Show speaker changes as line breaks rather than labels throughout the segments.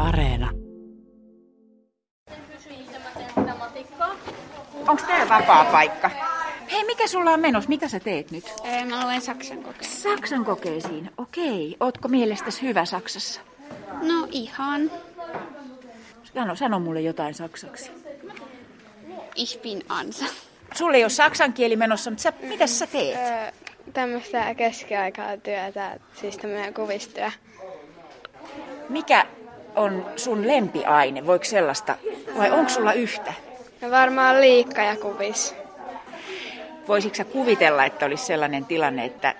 Areena.
Onko tää vapaa paikka? Hei, mikä sulla on menossa? Mitä sä teet nyt?
Mä luen saksan kokeen.
Saksan kokeisiin. Okei. Ootko mielestäsi hyvä Saksassa?
No ihan.
Sano, sano mulle jotain saksaksi.
Ich bin Ansa.
Sulla ei ole saksan kieli menossa, mutta sä, mitä sä teet?
tämmöistä keskiaikaa työtä, siis tämmöinen kuvistyö.
Mikä on sun lempiaine? Voiko sellaista? Vai onko sulla yhtä?
No varmaan liikka ja kuvis.
Voisitko sä kuvitella, että olisi sellainen tilanne, että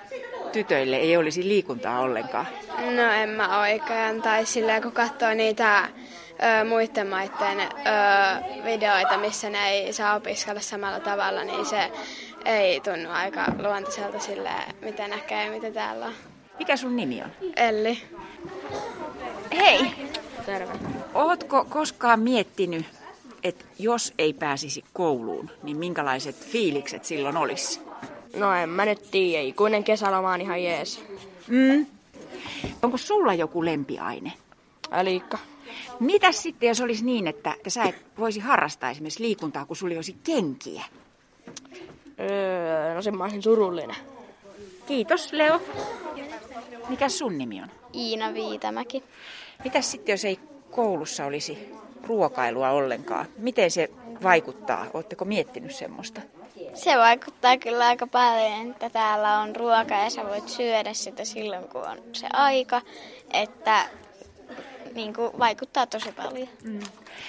tytöille ei olisi liikuntaa ollenkaan?
No en mä oikein, tai silleen kun katsoo niitä ö, muiden maiden ö, videoita, missä ne ei saa opiskella samalla tavalla, niin se ei tunnu aika luontaiselta sille, mitä näkee, mitä täällä on.
Mikä sun nimi on?
Elli.
Hei! Terve. Ootko koskaan miettinyt, että jos ei pääsisi kouluun, niin minkälaiset fiilikset silloin olisi?
No en mä nyt tiedä, ikuinen kesäloma on ihan jees.
Mm. Onko sulla joku lempiaine?
Äliikka.
Mitä sitten, jos olisi niin, että sä et voisi harrastaa esimerkiksi liikuntaa, kun sulla ei olisi kenkiä?
Öö, no sen mä olisin surullinen.
Kiitos, Leo. Mikä sun nimi on?
Iina Viitamäki.
Mitäs sitten, jos ei koulussa olisi ruokailua ollenkaan? Miten se vaikuttaa? Oletteko miettinyt semmoista?
Se vaikuttaa kyllä aika paljon, että täällä on ruoka ja sä voit syödä sitä silloin, kun on se aika. Että niin kuin, vaikuttaa tosi paljon.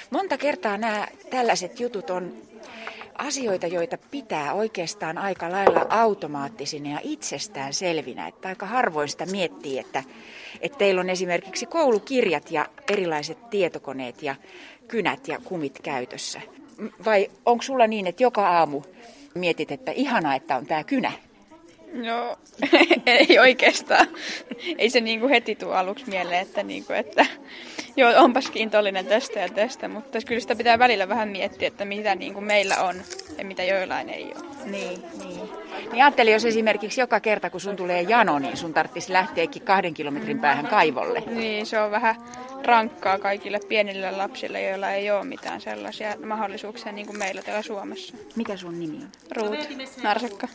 Monta kertaa nämä tällaiset jutut on asioita, joita pitää oikeastaan aika lailla automaattisina ja itsestään selvinä. Että aika harvoin sitä miettii, että, että teillä on esimerkiksi koulukirjat ja erilaiset tietokoneet ja kynät ja kumit käytössä. M- Vai onko sulla niin, että joka aamu mietit, että ihanaa, että on tämä kynä?
No, ei oikeastaan. Ei se niinku heti tule aluksi mieleen, että, niinku, että joo, onpas kiintollinen tästä ja tästä, mutta kyllä sitä pitää välillä vähän miettiä, että mitä niinku meillä on ja mitä joillain ei ole.
Niin, niin. Niin ajattelin, jos esimerkiksi joka kerta, kun sun tulee jano, niin sun tarvitsisi lähteäkin kahden kilometrin päähän kaivolle.
Niin, se on vähän rankkaa kaikille pienille lapsille, joilla ei ole mitään sellaisia mahdollisuuksia niin kuin meillä täällä Suomessa.
Mikä sun nimi on?
Ruut, narsakka.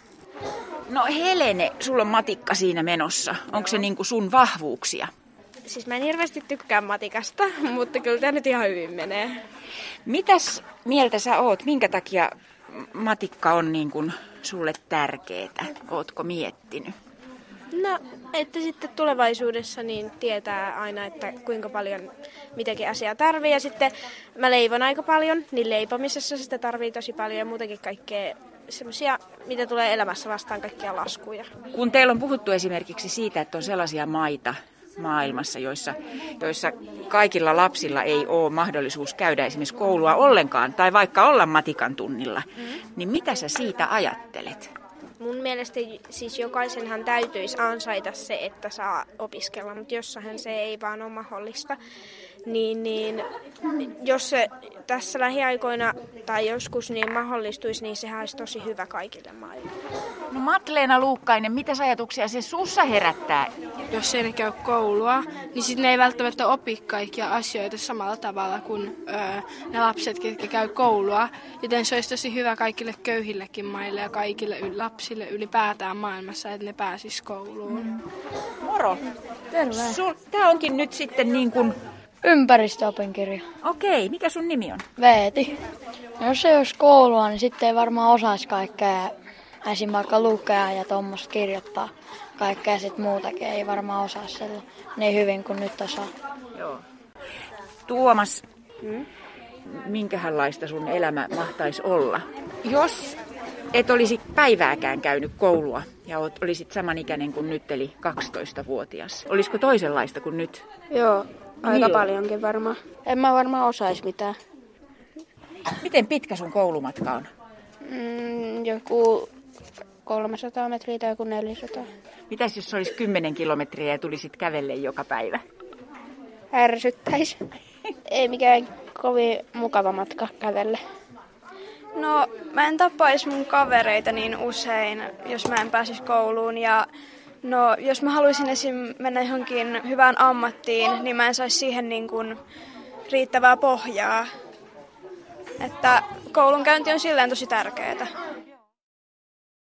No Helene, sulla on matikka siinä menossa. Onko se niinku sun vahvuuksia?
Siis mä en hirveästi tykkää matikasta, mutta kyllä tämä nyt ihan hyvin menee.
Mitäs mieltä sä oot? Minkä takia matikka on niinku sulle tärkeetä? Ootko miettinyt?
No, että sitten tulevaisuudessa niin tietää aina, että kuinka paljon mitäkin asiaa tarvii. Ja sitten mä leivon aika paljon, niin leipomisessa sitä tarvii tosi paljon ja muutenkin kaikkea semmoisia, mitä tulee elämässä vastaan, kaikkia laskuja.
Kun teillä on puhuttu esimerkiksi siitä, että on sellaisia maita maailmassa, joissa, joissa kaikilla lapsilla ei ole mahdollisuus käydä esimerkiksi koulua ollenkaan tai vaikka olla matikan tunnilla, niin mitä sä siitä ajattelet?
Mun mielestä j- siis jokaisenhan täytyisi ansaita se, että saa opiskella, mutta jossahan se ei vaan ole mahdollista. Niin, niin jos se tässä lähiaikoina tai joskus niin mahdollistuisi, niin sehän olisi tosi hyvä kaikille maille.
No Matleena Luukkainen, mitä ajatuksia se sussa herättää?
jos ei ne käy koulua, niin sitten ne ei välttämättä opi kaikkia asioita samalla tavalla kuin öö, ne lapset, ketkä käy koulua. Joten se olisi tosi hyvä kaikille köyhillekin maille ja kaikille yl- lapsille ylipäätään maailmassa, että ne pääsis kouluun.
Moro. Terve. Sul, tää onkin nyt sitten niin kuin...
Ympäristöopinkirja.
Okei, mikä sun nimi on?
Veeti. No jos ei olisi koulua, niin sitten ei varmaan osaisi kaikkea esim. vaikka lukea ja tuommoista kirjoittaa. Kaikkea sit muutakin ei varmaan osaa sillä niin hyvin kuin nyt osaa.
Tuomas, minkähänlaista sun elämä mahtaisi olla? Jos et olisi päivääkään käynyt koulua ja oot- olisit samanikäinen kuin nyt, eli 12-vuotias. Olisiko toisenlaista kuin nyt?
Joo, aika
Niin.
paljonkin varmaan. En mä varmaan osais mitään.
Miten pitkä sun koulumatka on?
Mm, joku 300 metriä tai joku 400.
Mitäs jos se olisi 10 kilometriä ja tulisit kävelle joka päivä?
Ärsyttäis. Ei mikään kovin mukava matka kävelle.
No, mä en tapaisi mun kavereita niin usein, jos mä en pääsisi kouluun ja
No, jos mä haluaisin esim. mennä johonkin hyvään ammattiin, niin mä en saisi siihen niin kuin riittävää pohjaa. Että koulunkäynti on silleen tosi tärkeää.